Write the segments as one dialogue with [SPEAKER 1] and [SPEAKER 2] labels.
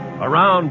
[SPEAKER 1] on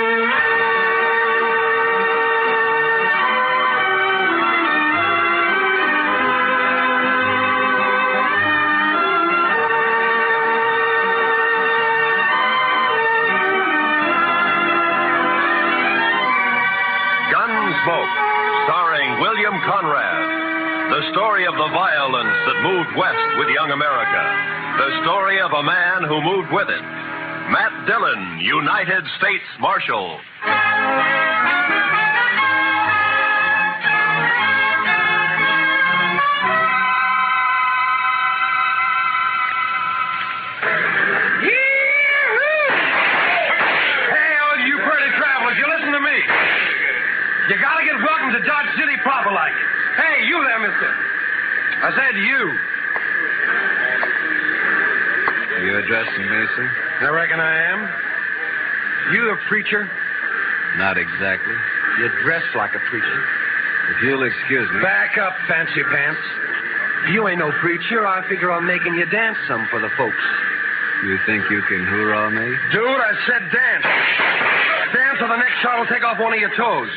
[SPEAKER 2] Gunsmoke, starring William Conrad. The story of the violence that moved west with young America. The story of a man who moved with it. Matt Dillon, United States Marshal.
[SPEAKER 3] Hey, all you pretty travelers, you listen to me. You gotta get welcome to Dodge City proper like. Hey, you there, mister. I said you.
[SPEAKER 4] You addressing me, sir?
[SPEAKER 3] I reckon I am. You the preacher?
[SPEAKER 4] Not exactly. You dress like a preacher. If you'll excuse me.
[SPEAKER 3] Back up, fancy pants. You ain't no preacher. I figure on making you dance some for the folks.
[SPEAKER 4] You think you can hoorah me?
[SPEAKER 3] Dude, I said dance. Dance or the next shot will take off one of your toes.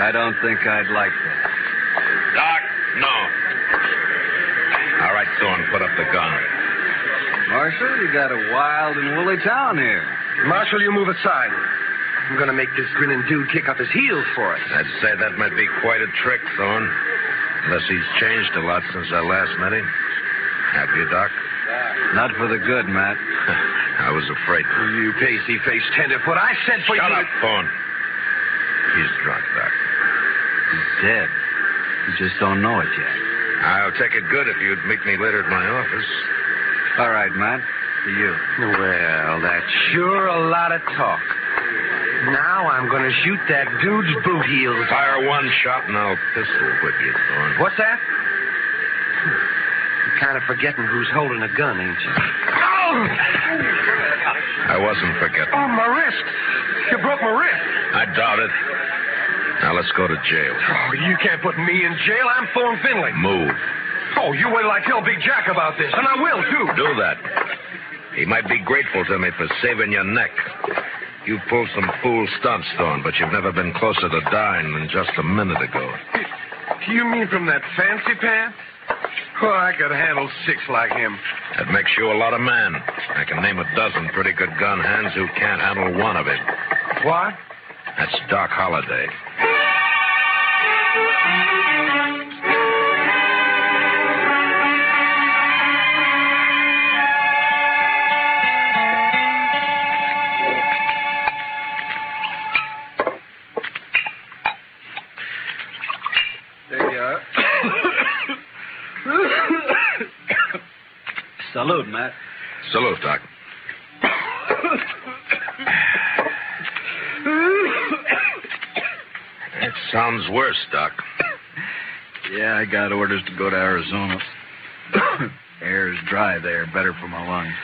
[SPEAKER 4] I don't think I'd like that.
[SPEAKER 5] Doc, no. All right, Thorne, put up the gun.
[SPEAKER 4] Marshal, you got a wild and woolly town here.
[SPEAKER 3] Marshal, you move aside. I'm gonna make this grinning dude kick up his heels for us.
[SPEAKER 5] I'd say that might be quite a trick, Thorne. Unless he's changed a lot since I last met him. Have you, Doc?
[SPEAKER 4] Not for the good, Matt.
[SPEAKER 5] I was afraid.
[SPEAKER 3] You pasty faced tenderfoot. I said for
[SPEAKER 5] Shut
[SPEAKER 3] you.
[SPEAKER 5] up, Thorne. He's drunk, Doc.
[SPEAKER 4] He's dead. You just don't know it yet.
[SPEAKER 5] I'll take it good if you'd meet me later at my office.
[SPEAKER 4] All right, Matt. To you.
[SPEAKER 3] Well, that's sure a lot of talk. Now I'm gonna shoot that dude's boot heels.
[SPEAKER 5] Fire one shot and I'll pistol whip you, Thorne.
[SPEAKER 3] What's that? You're kind of forgetting who's holding a gun, ain't you? Oh!
[SPEAKER 5] I wasn't forgetting.
[SPEAKER 3] Oh, my wrist! You broke my wrist!
[SPEAKER 5] I doubt it. Now let's go to jail.
[SPEAKER 3] Oh, you can't put me in jail. I'm Thorne Finley.
[SPEAKER 5] Move.
[SPEAKER 3] Oh, you wait till I tell Big Jack about this, and I will too.
[SPEAKER 5] Do that. He might be grateful to me for saving your neck. You pulled some fool stunts, Thorne, but you've never been closer to dying than just a minute ago.
[SPEAKER 3] You mean from that fancy pants? Oh, I could handle six like him.
[SPEAKER 5] That makes you a lot of men. I can name a dozen pretty good gun hands who can't handle one of it.
[SPEAKER 3] What?
[SPEAKER 5] That's Doc Holliday.
[SPEAKER 3] There you are.
[SPEAKER 4] Salute, Matt.
[SPEAKER 5] Salute, Doc. That sounds worse, Doc.
[SPEAKER 4] Yeah, I got orders to go to Arizona. Air's dry there, better for my lungs.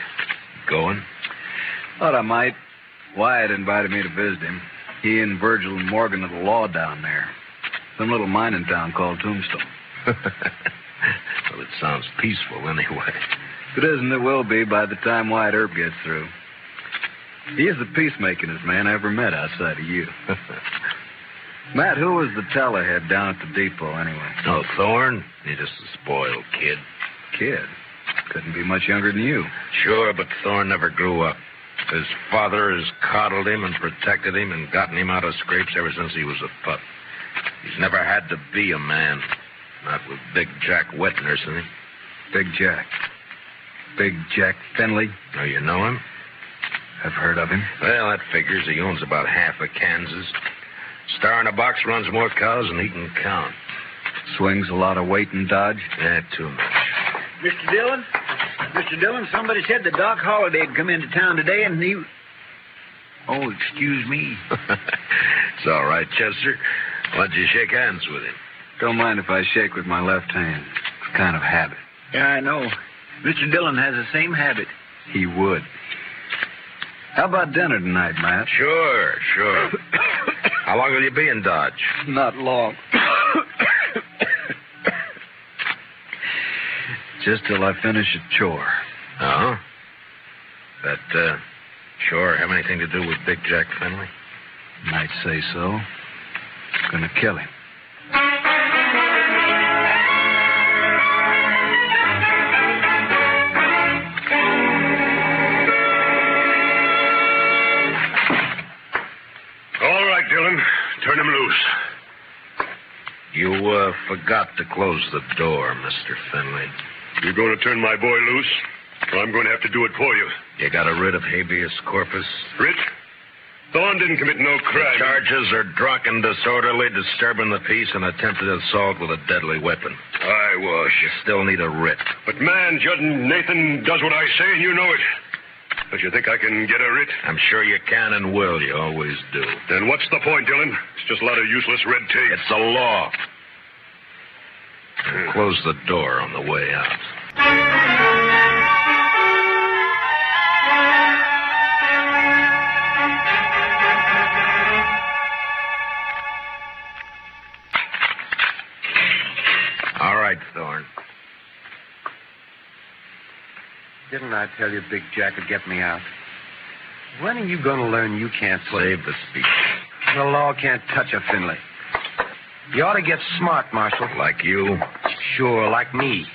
[SPEAKER 5] Going?
[SPEAKER 4] Thought I might. Wyatt invited me to visit him. He and Virgil and Morgan are the law down there. Some little mining town called Tombstone.
[SPEAKER 5] well, it sounds peaceful anyway.
[SPEAKER 4] If it isn't, it will be by the time Wyatt Earp gets through. He is the peacemakingest man I ever met outside of you. Matt, who was the tellerhead down at the depot anyway?
[SPEAKER 5] No, Thorne, you're just a spoiled kid.
[SPEAKER 4] Kid. Couldn't be much younger than you.
[SPEAKER 5] Sure, but Thorne never grew up. His father has coddled him and protected him and gotten him out of scrapes ever since he was a pup. He's never had to be a man. Not with Big Jack wet nursing him.
[SPEAKER 4] Big Jack. Big Jack Finley.
[SPEAKER 5] Oh, you know him?
[SPEAKER 4] I've heard of him.
[SPEAKER 5] Well, that figures. He owns about half of Kansas. Star in a box runs more cows than he can count.
[SPEAKER 4] Swings a lot of weight and dodge.
[SPEAKER 5] Yeah, too much.
[SPEAKER 6] Mr. Dillon? Mr. Dillon, somebody said that Doc Holliday had come into town today and he. Oh, excuse me.
[SPEAKER 5] it's all right, Chester. Why'd you shake hands with him?
[SPEAKER 4] Don't mind if I shake with my left hand. It's kind of habit.
[SPEAKER 6] Yeah, I know. Mr. Dillon has the same habit.
[SPEAKER 4] He would. How about dinner tonight, Matt?
[SPEAKER 5] Sure, sure. How long will you be in Dodge?
[SPEAKER 4] Not long. Just till I finish a chore.
[SPEAKER 5] Oh? That, uh, sure, have anything to do with Big Jack Finley?
[SPEAKER 4] Might say so. Gonna kill him.
[SPEAKER 2] All right, Dillon. Turn him loose.
[SPEAKER 5] You, uh, forgot to close the door, Mr. Finley.
[SPEAKER 2] You're going to turn my boy loose? Well, I'm going to have to do it for you.
[SPEAKER 5] You got a writ of habeas corpus?
[SPEAKER 2] Rich, Thorne didn't commit no crime.
[SPEAKER 5] Charges are drunken, disorderly, disturbing the peace, and attempted assault with a deadly weapon.
[SPEAKER 2] I wash.
[SPEAKER 5] You still need a writ.
[SPEAKER 2] But man, Judd and Nathan does what I say, and you know it. Don't you think I can get a writ?
[SPEAKER 5] I'm sure you can and will. You always do.
[SPEAKER 2] Then what's the point, Dillon? It's just a lot of useless red tape.
[SPEAKER 5] It's the law. And close the door on the way out. All right, Thorne.
[SPEAKER 6] Didn't I tell you Big Jack would get me out? When are you going to learn you can't play?
[SPEAKER 5] Save the speech.
[SPEAKER 6] The law can't touch a Finley. You ought to get smart, Marshal.
[SPEAKER 5] Like you.
[SPEAKER 6] Sure, like me.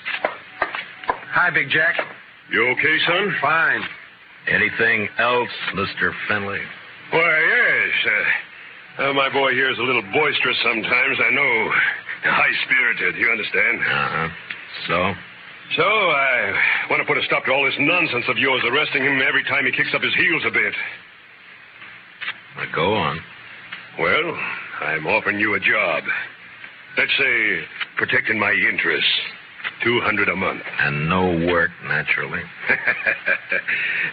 [SPEAKER 6] Hi, Big Jack.
[SPEAKER 2] You okay, son?
[SPEAKER 6] Fine.
[SPEAKER 5] Anything else, Mr. Finley?
[SPEAKER 2] Why, yes. Uh, uh, my boy here is a little boisterous sometimes, I know. High spirited, you understand?
[SPEAKER 5] Uh huh. So?
[SPEAKER 2] Uh-huh. So I want to put a stop to all this nonsense of yours, arresting him every time he kicks up his heels a bit.
[SPEAKER 5] Now go on.
[SPEAKER 2] Well, I'm offering you a job. Let's say protecting my interests. Two hundred a month.
[SPEAKER 5] And no work, naturally.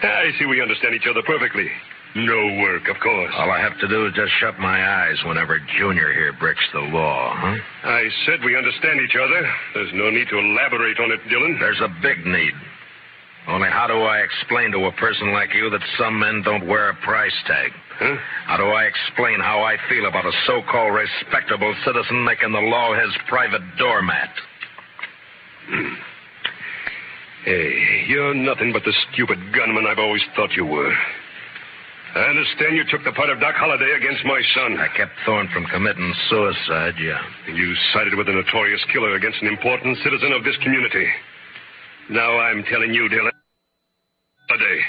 [SPEAKER 2] I see we understand each other perfectly. No work, of course.
[SPEAKER 5] All I have to do is just shut my eyes whenever Junior here breaks the law, huh?
[SPEAKER 2] I said we understand each other. There's no need to elaborate on it, Dillon.
[SPEAKER 5] There's a big need. Only how do I explain to a person like you that some men don't wear a price tag?
[SPEAKER 2] Huh?
[SPEAKER 5] How do I explain how I feel about a so called respectable citizen making the law his private doormat?
[SPEAKER 2] Hey, you're nothing but the stupid gunman I've always thought you were. I understand you took the part of Doc Holliday against my son.
[SPEAKER 5] I kept Thorne from committing suicide, yeah.
[SPEAKER 2] You sided with a notorious killer against an important citizen of this community. Now I'm telling you, Dillon. Holliday.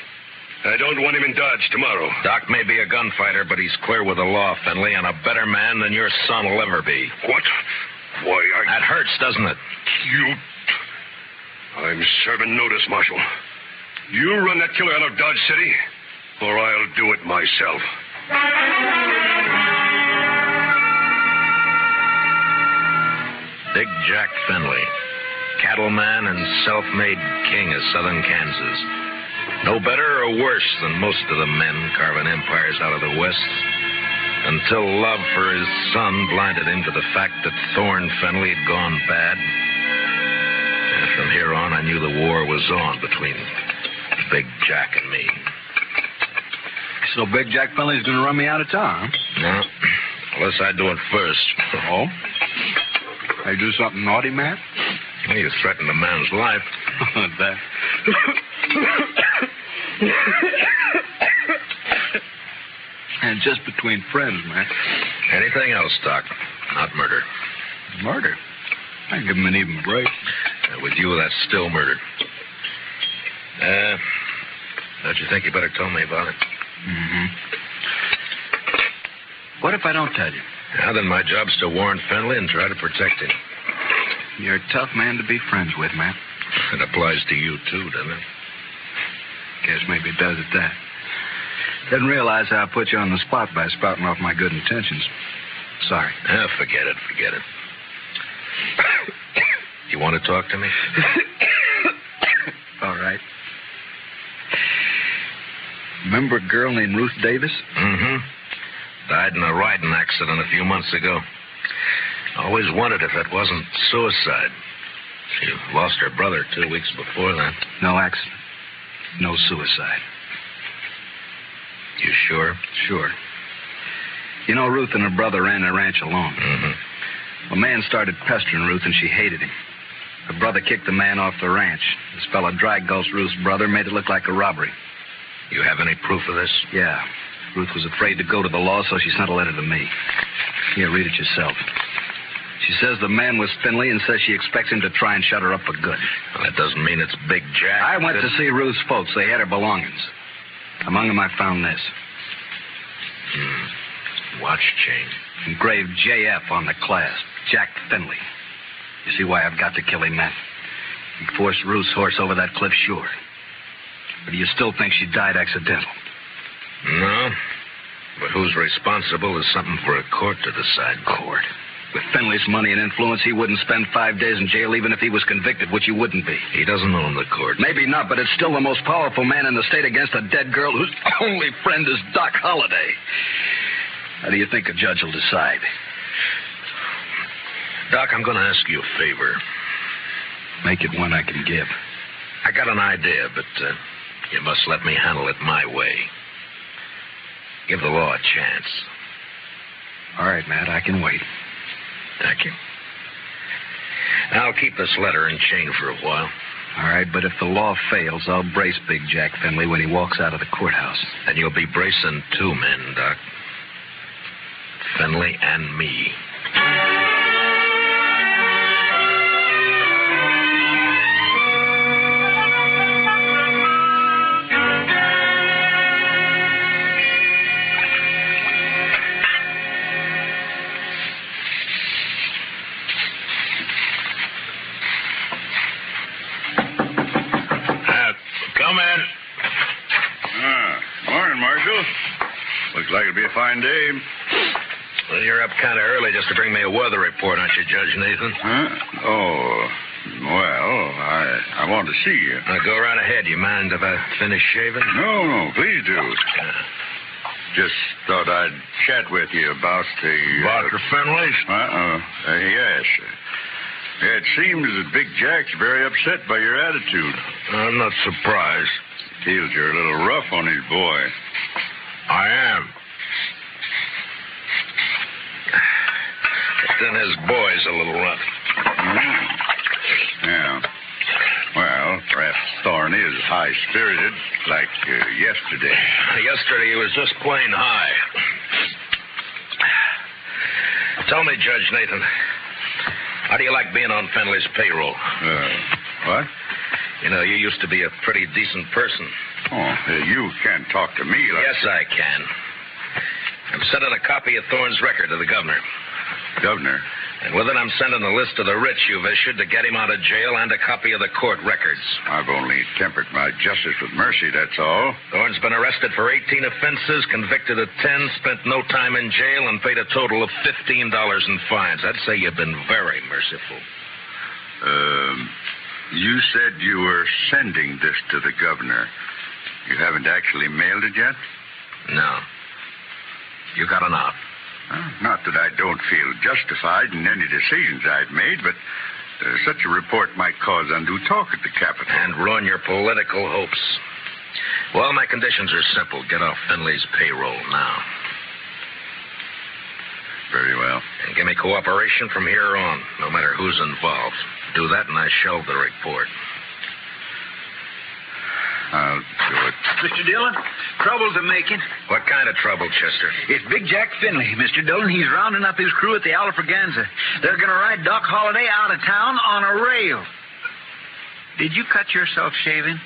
[SPEAKER 2] I don't want him in Dodge tomorrow.
[SPEAKER 5] Doc may be a gunfighter, but he's clear with the law, Finley, and a better man than your son will ever be.
[SPEAKER 2] What? Why, I.
[SPEAKER 5] That hurts, doesn't it?
[SPEAKER 2] You. I'm serving notice, Marshal. You run that killer out of Dodge City, or I'll do it myself.
[SPEAKER 5] Big Jack Finley, cattleman and self made king of southern Kansas. No better or worse than most of the men carving empires out of the West. Until love for his son blinded him to the fact that Thorne Finley had gone bad. And from here on, I knew the war was on between Big Jack and me.
[SPEAKER 4] So Big Jack Finley's gonna run me out of town.
[SPEAKER 5] No, unless I do it first.
[SPEAKER 4] Oh? I do something naughty, Matt?
[SPEAKER 5] Well, you threatened a man's life.
[SPEAKER 4] that. and just between friends, Matt.
[SPEAKER 5] Anything else, Doc? Not murder.
[SPEAKER 4] Murder. I give him an even break.
[SPEAKER 5] Uh, with you, that's still murder. Uh, don't you think you better tell me about it? Mm-hmm.
[SPEAKER 4] hmm What if I don't tell you?
[SPEAKER 5] Now then, my job's to warn Finley and try to protect him.
[SPEAKER 4] You're a tough man to be friends with, Matt.
[SPEAKER 5] It applies to you, too, doesn't it?
[SPEAKER 4] Guess maybe it does at that. Didn't realize how I put you on the spot by spouting off my good intentions. Sorry.
[SPEAKER 5] Ah, forget it, forget it. You want to talk to me?
[SPEAKER 4] All right. Remember a girl named Ruth Davis?
[SPEAKER 5] Mm-hmm. Died in a riding accident a few months ago. Always wondered if it wasn't suicide. She lost her brother two weeks before that.
[SPEAKER 4] No accident. No suicide.
[SPEAKER 5] You sure?
[SPEAKER 4] Sure. You know, Ruth and her brother ran the ranch alone.
[SPEAKER 5] Mm-hmm.
[SPEAKER 4] A man started pestering Ruth, and she hated him. The brother kicked the man off the ranch. This fella dragged Gulch Ruth's brother, made it look like a robbery.
[SPEAKER 5] You have any proof of this?
[SPEAKER 4] Yeah. Ruth was afraid to go to the law, so she sent a letter to me. Here, read it yourself. She says the man was Finley and says she expects him to try and shut her up for good.
[SPEAKER 5] Well, that doesn't mean it's Big Jack.
[SPEAKER 4] I went
[SPEAKER 5] It-
[SPEAKER 4] to see Ruth's folks. They had her belongings. Among them, I found this
[SPEAKER 5] Hmm. watch chain.
[SPEAKER 4] engraved JF on the clasp Jack Finley. You see why I've got to kill him, Matt? He forced Ruth's horse over that cliff shore. But do you still think she died accidental?
[SPEAKER 5] No. But who's responsible is something for a court to decide. Court.
[SPEAKER 4] With Finley's money and influence, he wouldn't spend five days in jail even if he was convicted, which he wouldn't be.
[SPEAKER 5] He doesn't own the court.
[SPEAKER 4] Maybe not, but it's still the most powerful man in the state against a dead girl whose only friend is Doc Holliday. How do you think a judge will decide?
[SPEAKER 5] Doc, I'm going to ask you a favor.
[SPEAKER 4] Make it one I can give.
[SPEAKER 5] I got an idea, but uh, you must let me handle it my way. Give the law a chance.
[SPEAKER 4] All right, Matt, I can wait.
[SPEAKER 5] Thank you. Now, I'll keep this letter in chain for a while.
[SPEAKER 4] All right, but if the law fails, I'll brace Big Jack Finley when he walks out of the courthouse.
[SPEAKER 5] And you'll be bracing two men, Doc. Finley and me. Come in.
[SPEAKER 2] Ah, morning, Marshal. Looks like it'll be a fine day.
[SPEAKER 5] Well, you're up kind of early just to bring me a weather report, aren't you, Judge Nathan?
[SPEAKER 2] Huh? Oh, well, I I want to see you.
[SPEAKER 5] Now, go right ahead. You mind if I finish shaving? Uh,
[SPEAKER 2] No, no, please do. Just thought I'd chat with you about the. uh,
[SPEAKER 5] Dr. Finley?
[SPEAKER 2] Uh-uh. Uh, yes. It seems that Big Jack's very upset by your attitude.
[SPEAKER 5] I'm not surprised.
[SPEAKER 2] Feels you're a little rough on his boy.
[SPEAKER 5] I am. But then his boy's a little rough.
[SPEAKER 2] Hmm. Yeah. Well, perhaps Thorne is high spirited, like uh, yesterday.
[SPEAKER 5] Yesterday he was just plain high. Tell me, Judge Nathan, how do you like being on Fenley's payroll?
[SPEAKER 2] Uh, what?
[SPEAKER 5] You know, you used to be a pretty decent person.
[SPEAKER 2] Oh, uh, you can't talk to me like
[SPEAKER 5] Yes, I can. I'm sending a copy of Thorne's record to the governor.
[SPEAKER 2] governor.
[SPEAKER 5] And with it, I'm sending a list of the writs you've issued to get him out of jail and a copy of the court records.
[SPEAKER 2] I've only tempered my justice with mercy, that's all.
[SPEAKER 5] Thorne's been arrested for 18 offenses, convicted of 10, spent no time in jail, and paid a total of $15 in fines. I'd say you've been very merciful.
[SPEAKER 2] Um, you said you were sending this to the governor. You haven't actually mailed it yet?
[SPEAKER 5] No. You got an out.
[SPEAKER 2] Well, Not that I don't feel justified in any decisions I've made, but uh, such a report might cause undue talk at the Capitol.
[SPEAKER 5] And ruin your political hopes. Well, my conditions are simple. Get off Finley's payroll now.
[SPEAKER 2] Very well.
[SPEAKER 5] And give me cooperation from here on, no matter who's involved. Do that, and I shelve the report.
[SPEAKER 2] I'll do it.
[SPEAKER 6] Mr. Dillon, troubles are making.
[SPEAKER 5] What kind of trouble, Chester?
[SPEAKER 6] It's Big Jack Finley, Mr. Dillon. He's rounding up his crew at the Alfraganza. They're going to ride Doc Holliday out of town on a rail. Did you cut yourself shaving?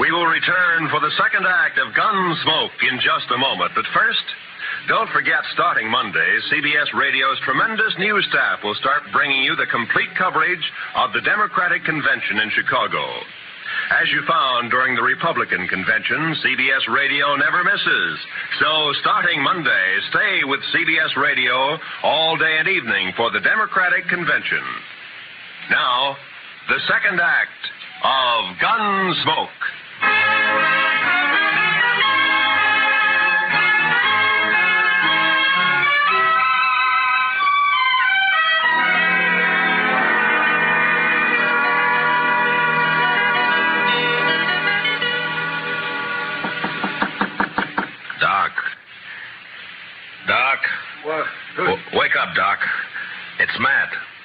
[SPEAKER 2] We will return for the second act of Gunsmoke in just a moment. But first, don't forget starting Monday, CBS Radio's tremendous news staff will start bringing you the complete coverage of the Democratic Convention in Chicago. As you found during the Republican convention, CBS Radio never misses. So starting Monday, stay with CBS Radio all day and evening for the Democratic Convention. Now, the second act of Gunsmoke.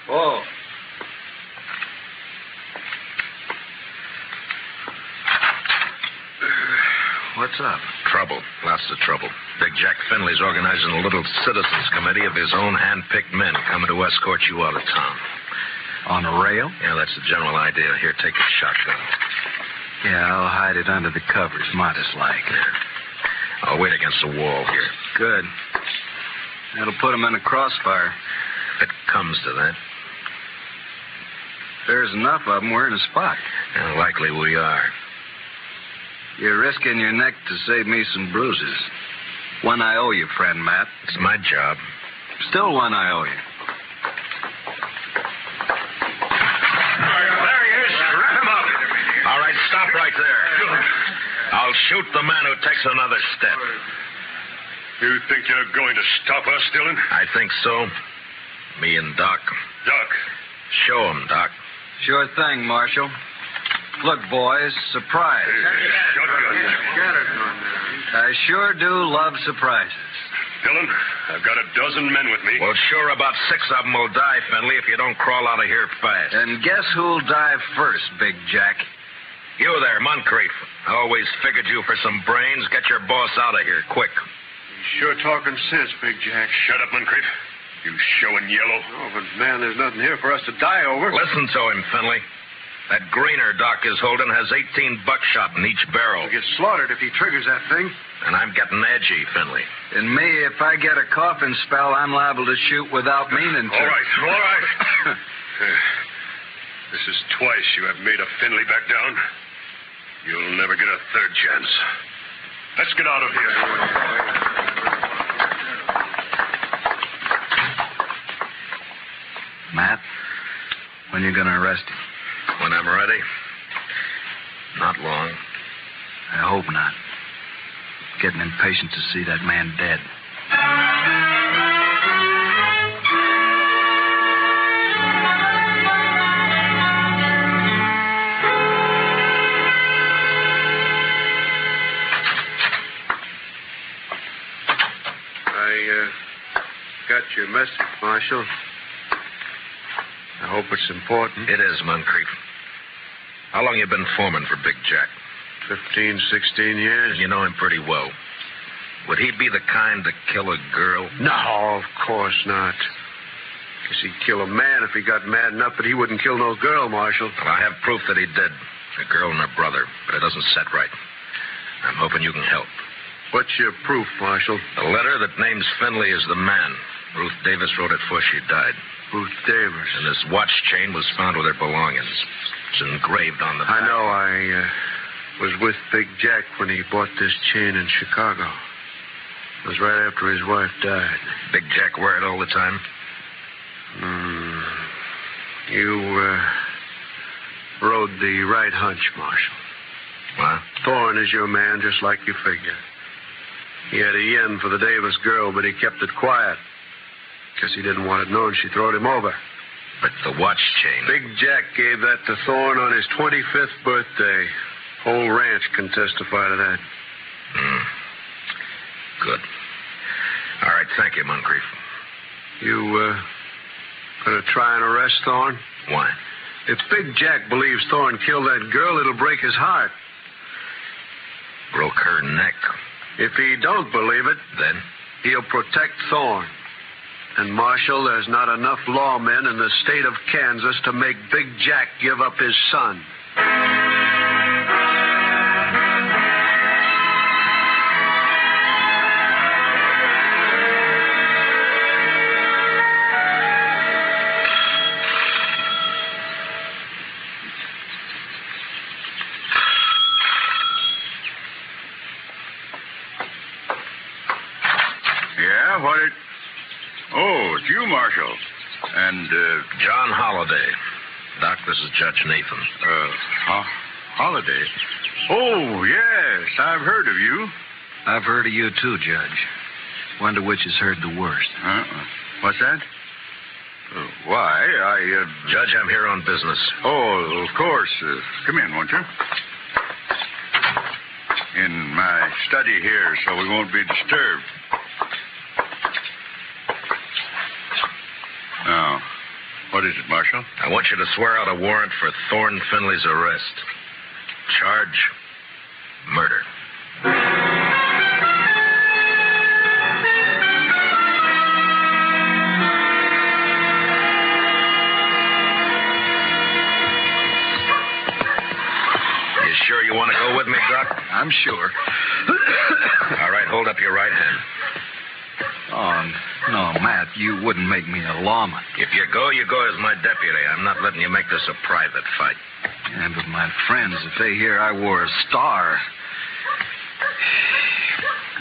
[SPEAKER 5] Oh.
[SPEAKER 4] What's up? Trouble. Lots of trouble. Big Jack Finley's organizing a little citizens committee of his own hand-picked men coming to escort you out of town.
[SPEAKER 5] On a rail?
[SPEAKER 4] Yeah, that's the general idea. Here, take a shotgun.
[SPEAKER 5] Yeah, I'll hide it under the covers, modest like.
[SPEAKER 4] I'll wait against the wall here.
[SPEAKER 5] Good. That'll put 'em in a crossfire.
[SPEAKER 4] If it comes to that.
[SPEAKER 5] If there's enough of 'em, we're in a spot.
[SPEAKER 4] And likely we are.
[SPEAKER 5] You're risking your neck to save me some bruises. One I owe you, friend Matt.
[SPEAKER 4] It's my job.
[SPEAKER 5] Still one I owe you.
[SPEAKER 4] There he is. Wrap him up. All right, stop right there. I'll shoot the man who takes another step.
[SPEAKER 2] You think you're going to stop us, Dillon?
[SPEAKER 4] I think so. Me and Doc.
[SPEAKER 2] Doc,
[SPEAKER 4] Show him, Doc.
[SPEAKER 5] Sure thing, Marshal. Look, boys, surprise.
[SPEAKER 2] shotgun.
[SPEAKER 5] I sure do love surprises.
[SPEAKER 2] Dillon, I've got a dozen men with me.
[SPEAKER 4] Well, sure, about six of them will die, Finley, if you don't crawl out of here fast.
[SPEAKER 5] And guess who'll die first, Big Jack?
[SPEAKER 4] You there, Moncrief. I always figured you for some brains. Get your boss out of here, quick.
[SPEAKER 3] Sure talking sense, Big Jack.
[SPEAKER 2] Shut up, Moncrief. You showing yellow.
[SPEAKER 3] Oh, but man, there's nothing here for us to die over.
[SPEAKER 4] Listen to him, Finley. That greener Doc is holding has 18 buckshot in each barrel.
[SPEAKER 3] He'll get slaughtered if he triggers that thing.
[SPEAKER 4] And I'm getting edgy, Finley.
[SPEAKER 5] And me, if I get a coughing spell, I'm liable to shoot without meaning to.
[SPEAKER 2] All right, all right. this is twice you have made a Finley back down. You'll never get a third chance. Let's get out of here.
[SPEAKER 5] Matt, when you gonna arrest him?
[SPEAKER 4] When I'm ready. Not long.
[SPEAKER 5] I hope not. Getting impatient to see that man dead.
[SPEAKER 3] I uh, got your message, Marshal. I hope it's important.
[SPEAKER 4] It is, Moncrief. How long you been foreman for Big Jack?
[SPEAKER 3] Fifteen, sixteen
[SPEAKER 4] And
[SPEAKER 3] years.
[SPEAKER 4] you know him pretty well. Would he be the kind to kill a girl?
[SPEAKER 3] No, of course not. Guess he'd kill a man if he got mad enough, but he wouldn't kill no girl, Marshal.
[SPEAKER 4] Well, I have proof that he did. A girl and her brother, but it doesn't set right. I'm hoping you can help.
[SPEAKER 3] What's your proof, Marshal?
[SPEAKER 4] The letter that names Finley as the man. Ruth Davis wrote it before she died.
[SPEAKER 3] Ruth Davis.
[SPEAKER 4] And this watch chain was found with her belongings. It's engraved on the
[SPEAKER 3] I
[SPEAKER 4] back.
[SPEAKER 3] know I uh, was with Big Jack when he bought this chain in Chicago. It was right after his wife died.
[SPEAKER 4] Big Jack wear it all the time.
[SPEAKER 3] Hmm. You uh, rode the right hunch, Marshal.
[SPEAKER 4] Huh?
[SPEAKER 3] Thorne is your man, just like you figure. He had a yen for the Davis girl, but he kept it quiet. Guess he didn't want it known she throwed him over.
[SPEAKER 4] But the watch chain.
[SPEAKER 3] Big Jack gave that to Thorne on his 25th birthday. Whole ranch can testify to that.
[SPEAKER 4] Hmm. Good. All right, thank you, Moncrief.
[SPEAKER 3] You, uh, gonna try and arrest Thorne?
[SPEAKER 4] Why?
[SPEAKER 3] If Big Jack believes Thorne killed that girl, it'll break his heart.
[SPEAKER 4] Broke her neck.
[SPEAKER 3] If he don't believe it,
[SPEAKER 4] Then?
[SPEAKER 3] he'll protect Thorne. And, Marshal, there's not enough lawmen in the state of Kansas to make Big Jack give up his son.
[SPEAKER 2] Yeah, what it. Oh, it's you, Marshal. And, uh,
[SPEAKER 4] John Holliday. Doc, this is Judge Nathan.
[SPEAKER 2] uh, ho- Holiday. Oh, yes, I've heard of you.
[SPEAKER 5] I've heard of you too, Judge. Wonder which has heard the worst.
[SPEAKER 2] Uh, what's that? Uh, why, I, uh,
[SPEAKER 4] Judge, I'm here on business.
[SPEAKER 2] Oh, of course. Uh, come in, won't you? In my study here, so we won't be disturbed. Now, what is it, Marshal?
[SPEAKER 4] I want you to swear out a warrant for Thorne Finley's arrest. Charge murder.
[SPEAKER 2] Well,
[SPEAKER 5] sure you want to go with me, Doc?
[SPEAKER 6] I'm sure.
[SPEAKER 5] All right, hold up your right hand.
[SPEAKER 4] Oh, no, Matt, you wouldn't make me a lawman.
[SPEAKER 5] If you go, you go as my deputy. I'm not letting you make this a private fight.
[SPEAKER 4] And but my friends, if they hear I wore a star.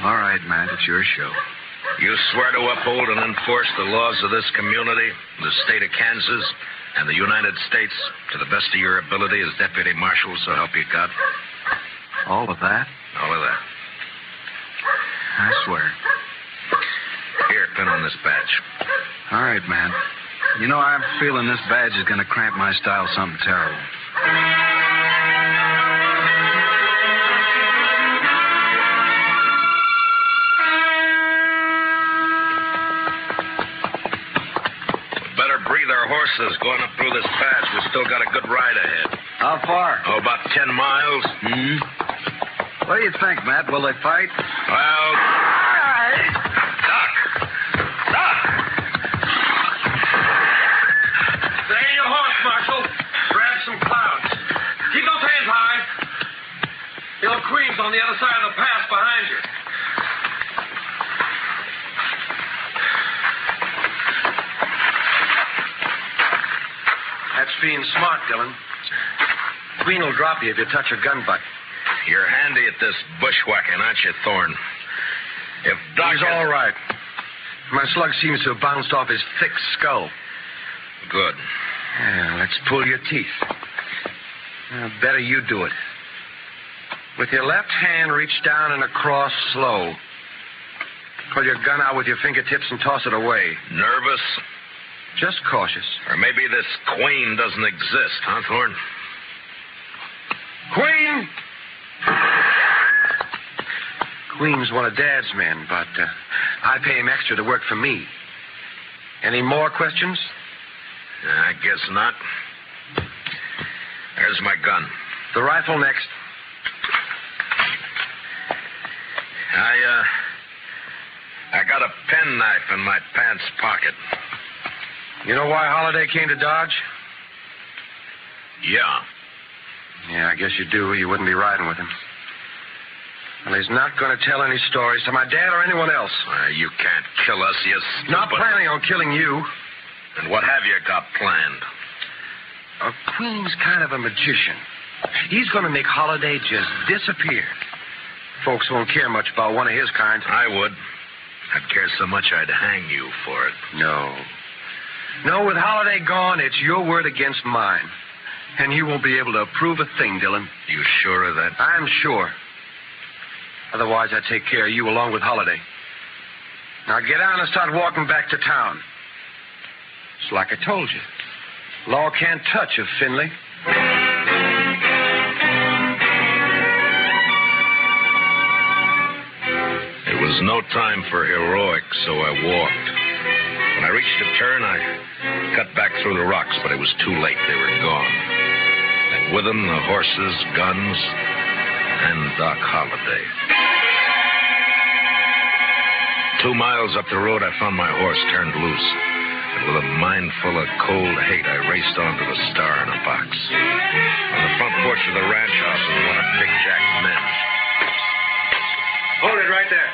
[SPEAKER 4] All right, Matt, it's your show.
[SPEAKER 5] You swear to uphold and enforce the laws of this community, the state of Kansas, and the United States to the best of your ability as deputy marshal, so help you God.
[SPEAKER 4] All of that?
[SPEAKER 5] All of that.
[SPEAKER 4] I swear.
[SPEAKER 5] Here, pin on this badge.
[SPEAKER 4] All right, Matt. You know, I'm feeling this badge is going to cramp my style something terrible.
[SPEAKER 5] Better breathe our horses going up through this pass. We still got a good ride ahead.
[SPEAKER 4] How far?
[SPEAKER 5] Oh, about ten miles.
[SPEAKER 4] Hmm? What do you think, Matt? Will they fight?
[SPEAKER 5] Well,
[SPEAKER 3] There ain't a horse, Marshal. Grab some clouds. Keep those hands high. Hill Queen's on the other side of the pass behind you. That's being smart, Dillon. Queen will drop you if you touch her gun butt.
[SPEAKER 5] you're handy at this bushwhacking, aren't you, Thorne? If Doc
[SPEAKER 3] He's
[SPEAKER 5] had-
[SPEAKER 3] all right. My slug seems to have bounced off his thick skull.
[SPEAKER 5] Good.
[SPEAKER 3] Yeah, let's pull your teeth. Uh, better you do it. With your left hand, reach down and across slow. Pull your gun out with your fingertips and toss it away.
[SPEAKER 5] Nervous?
[SPEAKER 3] Just cautious.
[SPEAKER 5] Or maybe this queen doesn't exist, huh, Thorne?
[SPEAKER 3] Queen! Queen's one of Dad's men, but uh, I pay him extra to work for me. Any more questions?
[SPEAKER 5] I guess not. There's my gun.
[SPEAKER 3] The rifle next.
[SPEAKER 5] I, uh, I got a penknife in my pants pocket.
[SPEAKER 3] You know why Holiday came to Dodge?
[SPEAKER 5] Yeah.
[SPEAKER 3] Yeah, I guess you do. You wouldn't be riding with him. Well, he's not going to tell any stories to my dad or anyone else.
[SPEAKER 5] Uh, you can't kill us, you stupid.
[SPEAKER 3] Not planning on killing you.
[SPEAKER 5] And what have you got planned?
[SPEAKER 3] A queen's kind of a magician. He's going to make Holiday just disappear. Folks won't care much about one of his kind.
[SPEAKER 5] I would. I'd care so much I'd hang you for it.
[SPEAKER 3] No. No, with Holiday gone, it's your word against mine. And you won't be able to approve a thing, Dylan.
[SPEAKER 5] You sure of that?
[SPEAKER 3] I'm sure. Otherwise, I'd take care of you along with Holiday. Now get on and start walking back to town. It's like I told you. Law can't touch of Finley.
[SPEAKER 5] It was no time for heroics, so I walked. When I reached a turn, I cut back through the rocks, but it was too late. They were gone. And with them, the horses, guns, and Doc Holliday. Two miles up the road, I found my horse turned loose. And with a mind full of cold hate, I raced on to the star in a box. On the front porch of the ranch house was one of Big Jack's men.
[SPEAKER 3] Hold it right there.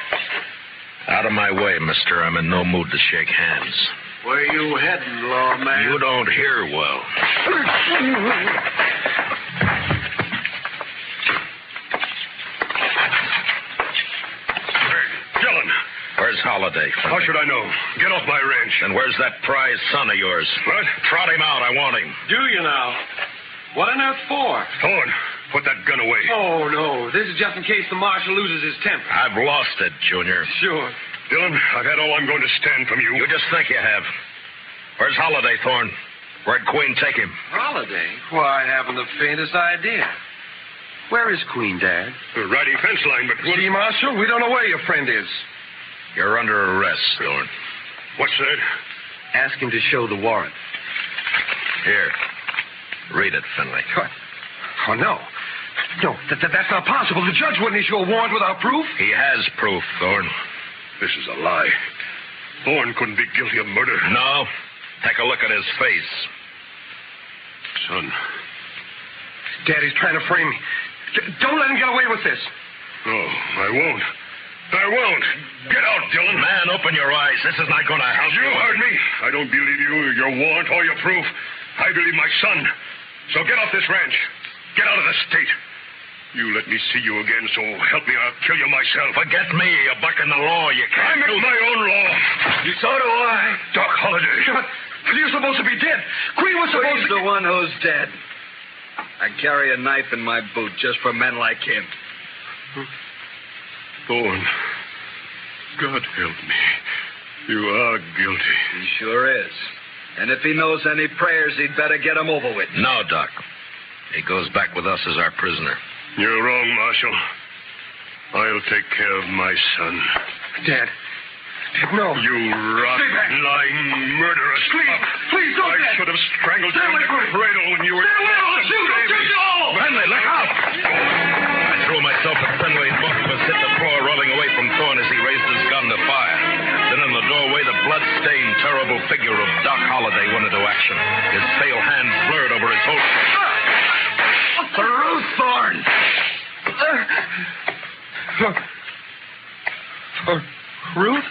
[SPEAKER 5] Out of my way, mister. I'm in no mood to shake hands.
[SPEAKER 7] Where you heading, lawman?
[SPEAKER 5] You don't hear well.
[SPEAKER 7] Dillon,
[SPEAKER 5] Where's Holiday?
[SPEAKER 7] how should I know? Get off my ranch.
[SPEAKER 5] And where's that prize son of yours?
[SPEAKER 7] What?
[SPEAKER 5] Trot him out. I want him.
[SPEAKER 3] Do you now? What on earth for?
[SPEAKER 7] Thorne, put that gun away.
[SPEAKER 3] Oh, no. This is just in case the marshal loses his temper.
[SPEAKER 5] I've lost it, Junior.
[SPEAKER 3] Sure.
[SPEAKER 7] Dillon, I've had all I'm going to stand from you.
[SPEAKER 5] You just think you have. Where's Holiday, Thorne? Where'd Queen take him?
[SPEAKER 3] Holiday? Why, I haven't the faintest idea. Where is Queen Dad?
[SPEAKER 7] Righty fence line, but what?
[SPEAKER 3] See, Marshal, we don't know where your friend is.
[SPEAKER 5] You're under arrest, Thorne.
[SPEAKER 7] What's that?
[SPEAKER 3] Ask him to show the warrant.
[SPEAKER 5] Here. Read it, Finley.
[SPEAKER 3] What? Oh, no. No, that, that- that's not possible. The judge wouldn't issue a warrant without proof.
[SPEAKER 5] He has proof, Thorne.
[SPEAKER 7] This is a lie. Thorne couldn't be guilty of murder.
[SPEAKER 5] No. Take a look at his face.
[SPEAKER 7] Son,
[SPEAKER 3] Daddy's trying to frame me. D- don't let him get away with this.
[SPEAKER 2] No,
[SPEAKER 7] Oh.
[SPEAKER 2] I won't. I won't. Get out, Dylan. Man, open your eyes. This is not going to help you. You heard me. I don't believe you, your warrant, or your proof. I believe my son. So get off this ranch. Get out of the state. You let me see you again, so help me, I'll kill you myself. Forget me. You're bucking the law. You can't. I make my own law. So do I. Doc Holliday.
[SPEAKER 3] But you're supposed to be dead. Queen was supposed
[SPEAKER 4] He's
[SPEAKER 3] to.
[SPEAKER 4] the one who's dead. I carry a knife in my boot just for men like him.
[SPEAKER 2] Bowen. God help me. You are guilty.
[SPEAKER 4] He sure is. And if he knows any prayers, he'd better get him over with.
[SPEAKER 2] No, Doc. He goes back with us as our prisoner. You're wrong, Marshal. I'll take care of my son.
[SPEAKER 3] Dad. Dad, no.
[SPEAKER 2] You
[SPEAKER 3] Stay back.
[SPEAKER 2] rotten, lying, murderous.
[SPEAKER 3] Please, please don't.
[SPEAKER 2] I
[SPEAKER 3] Dad.
[SPEAKER 2] should have strangled
[SPEAKER 3] Stay
[SPEAKER 2] you in
[SPEAKER 3] away
[SPEAKER 2] the
[SPEAKER 3] from me.
[SPEAKER 2] cradle when you were.
[SPEAKER 3] Stay away, I'll shoot you. Shoot you all.
[SPEAKER 2] Manley, look out! I threw myself at Fenway, and both of us hit the floor, rolling away from Thorne as he raised his gun to fire. Then in the doorway, the blood-stained, terrible figure of Doc Holliday went into action. His pale hands blurred over his holster.
[SPEAKER 4] Through Thorne!
[SPEAKER 3] Ruth?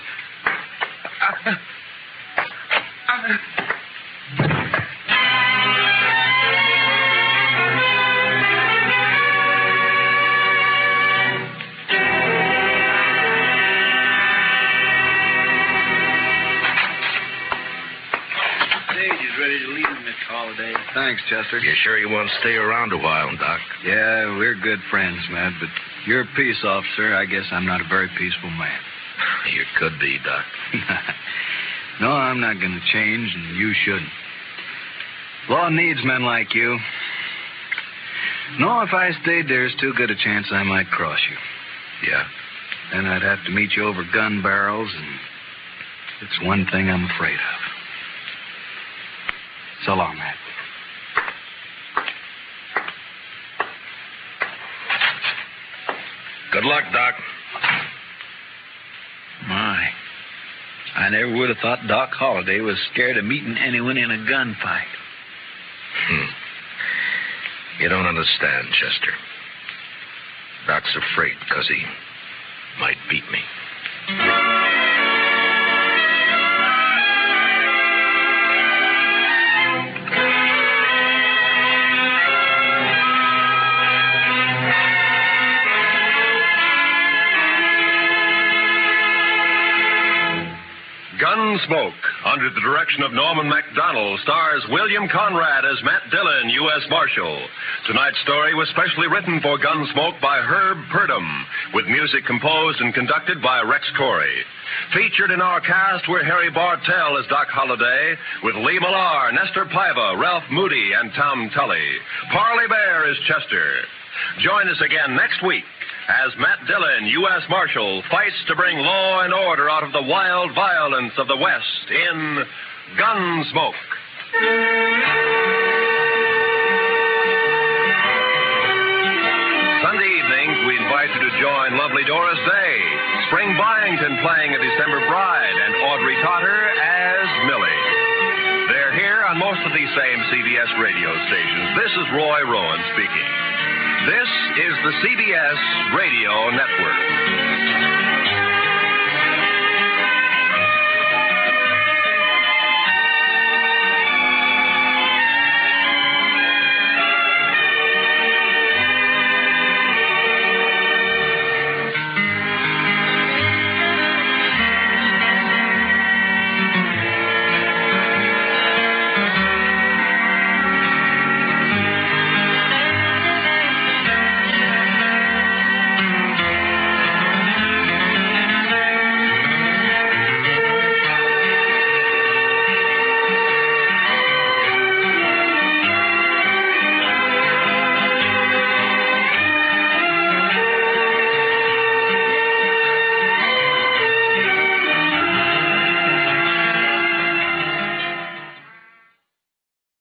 [SPEAKER 8] Stage is ready to leave, Mr. Holliday.
[SPEAKER 4] Thanks, Chester.
[SPEAKER 2] You sure you want to stay around a while, Doc?
[SPEAKER 4] Yeah, we're good friends, Matt, but you're a peace officer. I guess I'm not a very peaceful man.
[SPEAKER 2] You could be, Doc.
[SPEAKER 4] no, I'm not going to change, and you shouldn't. Law needs men like you. No, if I stayed, there's too good a chance I might cross you.
[SPEAKER 2] Yeah.
[SPEAKER 4] Then I'd have to meet you over gun barrels, and it's one thing I'm afraid of. So long, Matt.
[SPEAKER 2] Good luck, Doc.
[SPEAKER 8] My. I never would have thought Doc Holliday was scared of meeting anyone in a gunfight.
[SPEAKER 2] Hmm. You don't understand, Chester. Doc's afraid because he might beat me.
[SPEAKER 9] Gunsmoke, under the direction of Norman MacDonald, stars William Conrad as Matt Dillon, U.S. Marshal. Tonight's story was specially written for Gunsmoke by Herb Purdom, with music composed and conducted by Rex Corey. Featured in our cast were Harry Bartell as Doc Holliday, with Lee Millar, Nestor Piva, Ralph Moody, and Tom Tully. Parley Bear is Chester. Join us again next week as Matt Dillon, U.S. Marshal, fights to bring law and order out of the wild violence of the West in Gunsmoke. Sunday evenings, we invite you to join lovely Doris Day, Spring Byington playing a December Bride, and Audrey Totter as Millie. They're here on most of these same CBS radio stations. This is Roy Rowan speaking. This is the CBS Radio Network.